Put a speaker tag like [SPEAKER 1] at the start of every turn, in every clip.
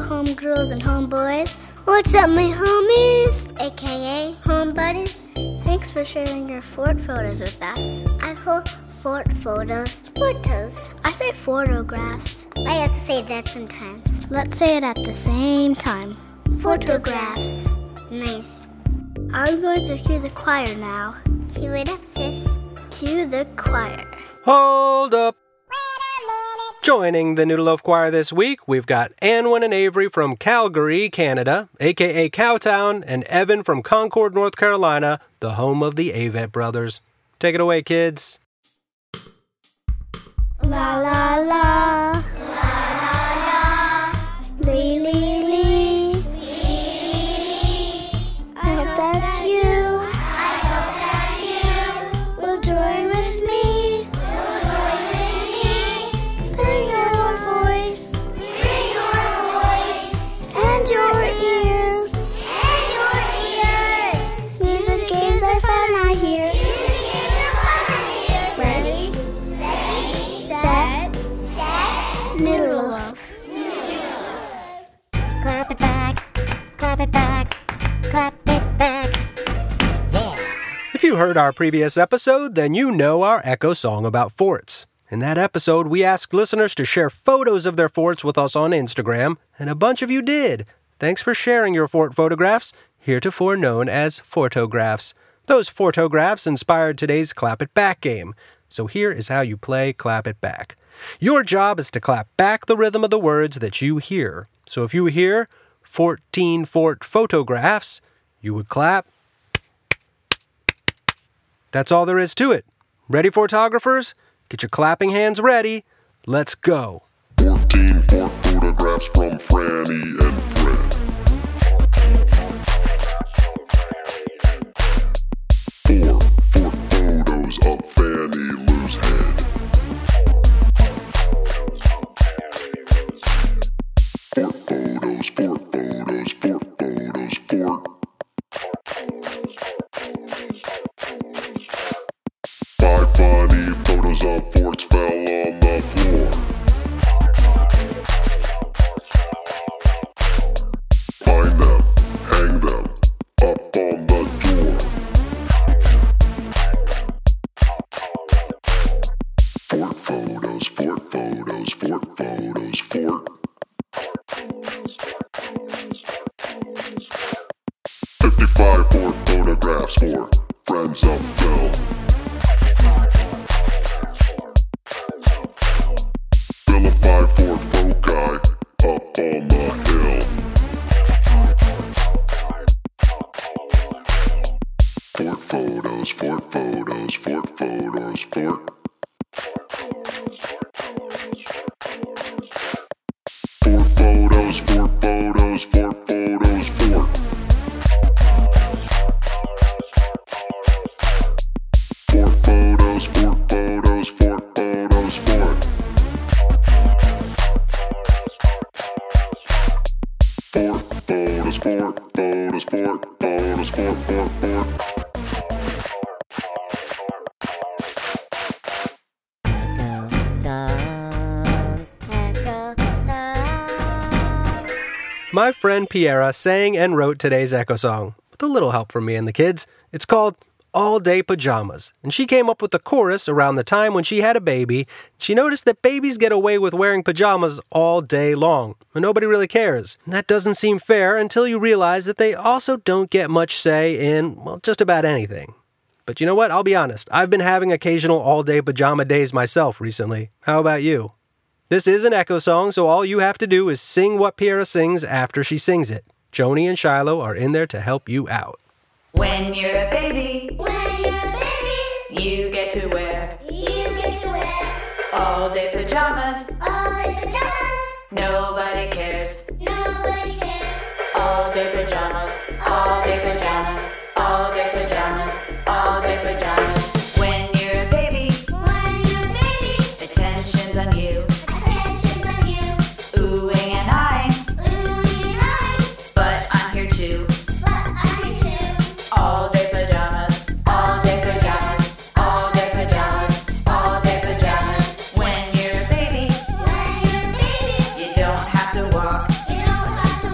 [SPEAKER 1] homegirls and homeboys. What's up, my homies? AKA home buddies. Thanks for sharing your fort photos with us. I hope fort photos. Photos. I say photographs. I have to say that sometimes. Let's say it at the same time. Photographs. Nice. I'm going to cue the choir now. Cue it up, sis. Cue the choir.
[SPEAKER 2] Hold up. Joining the Noodle Loaf Choir this week, we've got Anwen and Avery from Calgary, Canada, aka Cowtown, and Evan from Concord, North Carolina, the home of the Avett brothers. Take it away, kids.
[SPEAKER 1] La la la. La la la. Lee lee lee. I hope that's you. I hope that's you. Will join with me. Will join with me. Bring your voice. Bring your voice. And your ears. And your ears. Music games are fun, I hear. Music games are fun, I hear. Ready? set, middle of.
[SPEAKER 3] Clap it back, clap it back, clap it back.
[SPEAKER 2] If you heard our previous episode, then you know our Echo song about forts. In that episode, we asked listeners to share photos of their forts with us on Instagram, and a bunch of you did. Thanks for sharing your fort photographs, heretofore known as fortographs. Those fortographs inspired today's Clap It Back game. So here is how you play Clap It Back. Your job is to clap back the rhythm of the words that you hear. So if you hear 14 fort photographs, you would clap that's all there is to it. Ready, photographers? Get your clapping hands ready. Let's go.
[SPEAKER 4] 14 for photographs from Franny and Fred. Four for photos of Fanny Lou's head. Four photos, four photos, four photos, four. Five funny photos of forts fell on the floor. Find them, hang them, up on the door. Fort photos, fort photos, fort photos, fort. Fifty-five fort photographs for friends of Phil. Vilify fort foci up on the hill. Fort photos, fort photos, fort photos, fort. Fort photos, fort photos, fort photos, fort. Fort photos, fort photos, fort photos, fort. Fort photos, fort photos, fort photos, fort, fort, fort.
[SPEAKER 3] Echo song, echo song.
[SPEAKER 2] My friend Piera sang and wrote today's Echo song, with a little help from me and the kids. It's called All Day Pajamas, and she came up with the chorus around the time when she had a baby. She noticed that babies get away with wearing pajamas all day long, and nobody really cares. And that doesn't seem fair until you realize that they also don't get much say in, well, just about anything. But you know what? I'll be honest. I've been having occasional all day pajama days myself recently. How about you? This is an echo song, so all you have to do is sing what Piera sings after she sings it. Joni and Shiloh are in there to help you out.
[SPEAKER 5] When you're a baby,
[SPEAKER 1] When you're a baby,
[SPEAKER 5] you get to wear
[SPEAKER 1] you get to wear
[SPEAKER 5] all day pajamas.
[SPEAKER 1] all the pajamas.
[SPEAKER 5] Nobody cares.
[SPEAKER 1] Nobody cares.
[SPEAKER 5] All day pajamas. All day pajamas. All day pajamas. All day pajamas. When you're a baby,
[SPEAKER 1] When you're a baby,
[SPEAKER 5] attention's on you.
[SPEAKER 1] attention's on you.
[SPEAKER 5] Oohing and eyeing,
[SPEAKER 1] Ooh, you like,
[SPEAKER 5] but I'm here too.
[SPEAKER 1] but I too.
[SPEAKER 5] All day pajamas. All day pajamas. All day pajamas. All day pajamas. When you're a baby,
[SPEAKER 1] When you're a baby,
[SPEAKER 5] you don't have to walk.
[SPEAKER 1] you don't have to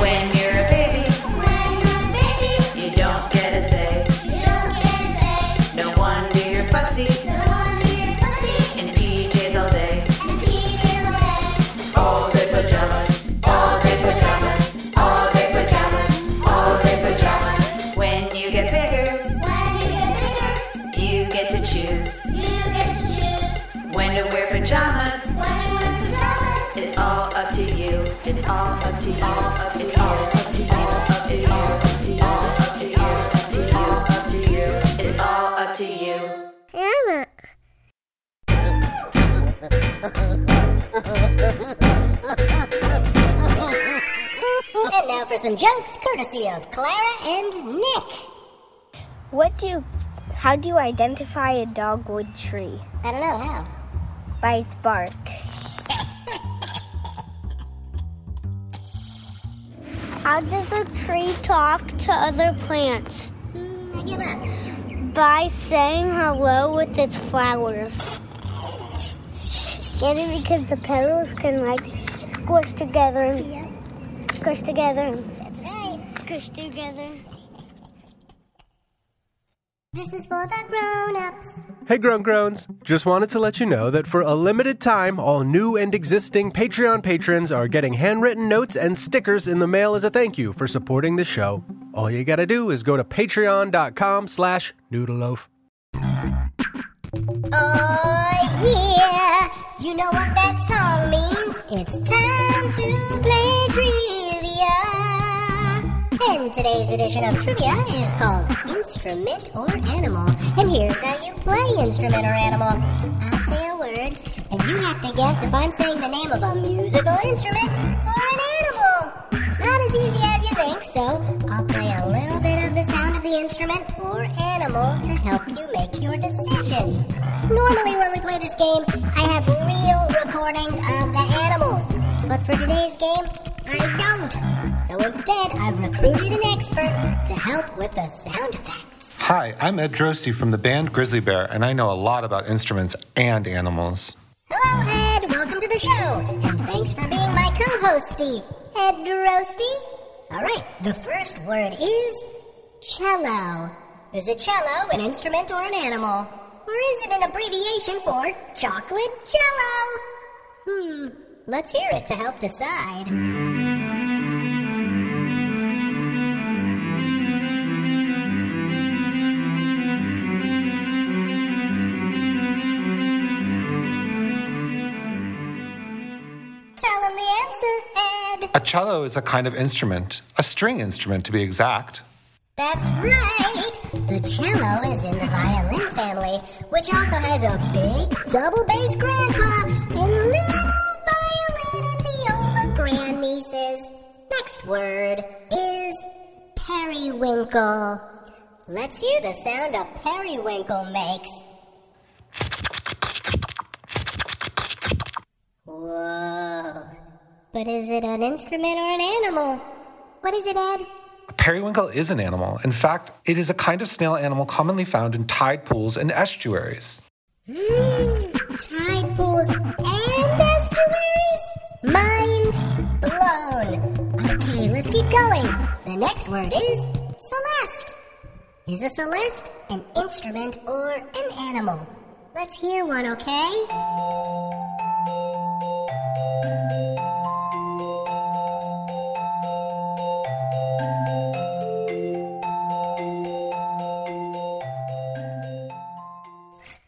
[SPEAKER 5] When you're a baby, you don't get a say. No wonder you're fussy in PJs all day. All day pajamas, all day pajamas, all day pajamas, all day pajamas. When you get bigger, you get to choose when to wear pajamas. It's all up to you. It's all up to you. All up to you. All up to you. It's all up to you. All up to you. Up to you. Up to you. It's all up to you.
[SPEAKER 1] Anna.
[SPEAKER 6] And now for some jokes courtesy of Clara and Nick.
[SPEAKER 1] What do how do you identify a dogwood tree?
[SPEAKER 6] I don't know how.
[SPEAKER 1] By its bark. How does a tree talk to other plants?
[SPEAKER 6] Hmm, I give up.
[SPEAKER 1] By saying hello with its flowers. Get it because the petals can like squish together and
[SPEAKER 6] Yeah,
[SPEAKER 1] squish together and
[SPEAKER 6] that's right.
[SPEAKER 1] squish together.
[SPEAKER 6] This is for the grown-ups.
[SPEAKER 2] Hey, Grown Groans! Just wanted to let you know that for a limited time, all new and existing Patreon patrons are getting handwritten notes and stickers in the mail as a thank you for supporting the show. All you gotta do is go to patreon.com slash noodleloaf.
[SPEAKER 6] Oh yeah, you know what that song means. It's time to play trivia. And today's edition of trivia is called Instrument or Animal. And here's how you play Instrument or Animal. I'll say a word, and you have to guess if I'm saying the name of a musical instrument or an animal. It's not as easy as you think, so I'll play a little bit of the sound of the instrument or animal to help you make your decision. Normally, when we play this game, I have real recordings of the animals, but for today's game, I don't. So instead, I've recruited an expert to help with the sound effects.
[SPEAKER 7] Hi, I'm Ed Drosty from the band Grizzly Bear, and I know a lot about instruments and animals.
[SPEAKER 6] Hello, Ed. Welcome to the show, and thanks for being my co-hosty, Ed Roasty. All right, the first word is cello. Is a cello an instrument or an animal, or is it an abbreviation for chocolate cello? Hmm. Let's hear it to help decide. Tell him the answer, Ed.
[SPEAKER 7] A cello is a kind of instrument, a string instrument to be exact.
[SPEAKER 6] That's right! The cello is in the violin family, which also has a big double bass grandpa and little violin and viola grandnieces. Next word is periwinkle. Let's hear the sound a periwinkle makes. Whoa. But is it an instrument or an animal? What is it, Ed?
[SPEAKER 7] A periwinkle is an animal. In fact, it is a kind of snail animal commonly found in tide pools and estuaries.
[SPEAKER 6] Tide pools and estuaries? Mind blown. Okay, let's keep going. The next word is celeste. Is a celeste an instrument or an animal? Let's hear one, okay? Ooh,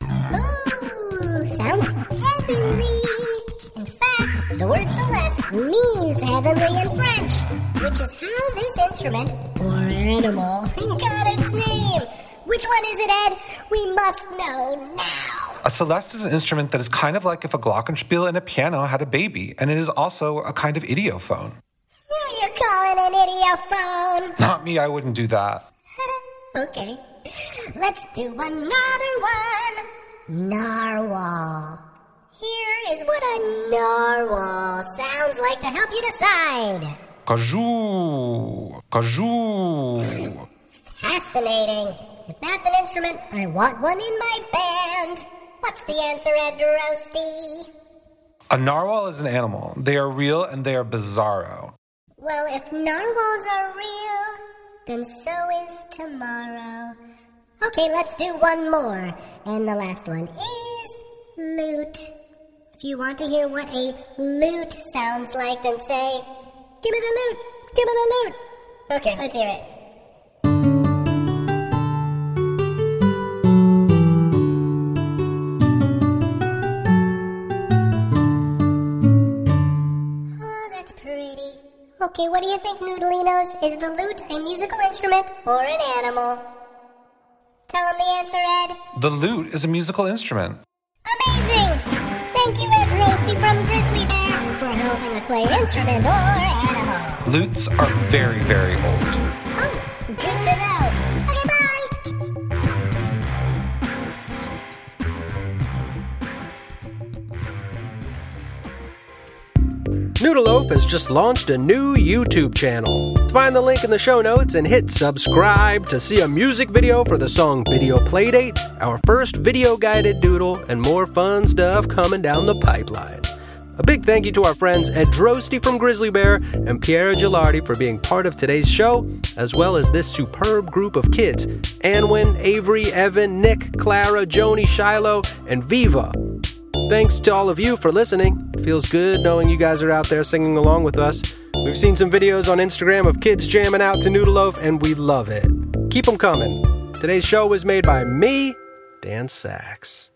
[SPEAKER 6] Oh, sounds heavenly. In fact, the word celeste means heavenly in French, which is how this instrument or animal got its name. Which one is it, Ed? We must know now.
[SPEAKER 7] A celeste is an instrument that is kind of like if a glockenspiel and a piano had a baby, and it is also a kind of idiophone.
[SPEAKER 6] Who you calling an idiophone?
[SPEAKER 7] Not me, I wouldn't do that.
[SPEAKER 6] okay, let's do another one. Narwhal. Here is what a narwhal sounds like to help you decide.
[SPEAKER 7] Kazoo! Kazoo!
[SPEAKER 6] Fascinating. If that's an instrument, I want one in my band. What's the answer, Ed Roasty?
[SPEAKER 7] A narwhal is an animal. They are real and they are bizarro.
[SPEAKER 6] Well, if narwhals are real, then so is tomorrow. Okay, let's do one more. And the last one is loot. If you want to hear what a loot sounds like, then say, Give me the loot! Give me the loot! Okay, let's hear it. Oh, that's pretty. Okay, what do you think, Noodleinos? Is the lute a musical instrument or an animal? Tell him the answer, Ed.
[SPEAKER 7] The lute is a musical instrument.
[SPEAKER 6] Amazing! Thank you, Ed Rosie from Grizzly Bear, for helping us play instrument or animal.
[SPEAKER 7] Lutes are very, very old.
[SPEAKER 6] Oh, good to know. Okay, bye!
[SPEAKER 2] Noodleloaf has just launched a new YouTube channel. Find the link in the show notes and hit subscribe to see a music video for the song Video Playdate, our first video guided doodle, and more fun stuff coming down the pipeline. A big thank you to our friends Ed Drosty from Grizzly Bear and Piero Gilardi for being part of today's show, as well as this superb group of kids Anwen, Avery, Evan, Nick, Clara, Joni, Shiloh, and Viva, Thanks to all of you for listening. It feels good knowing you guys are out there singing along with us. We've seen some videos on Instagram of kids jamming out to Noodle Loaf, and we love it. Keep them coming. Today's show was made by me, Dan Sachs.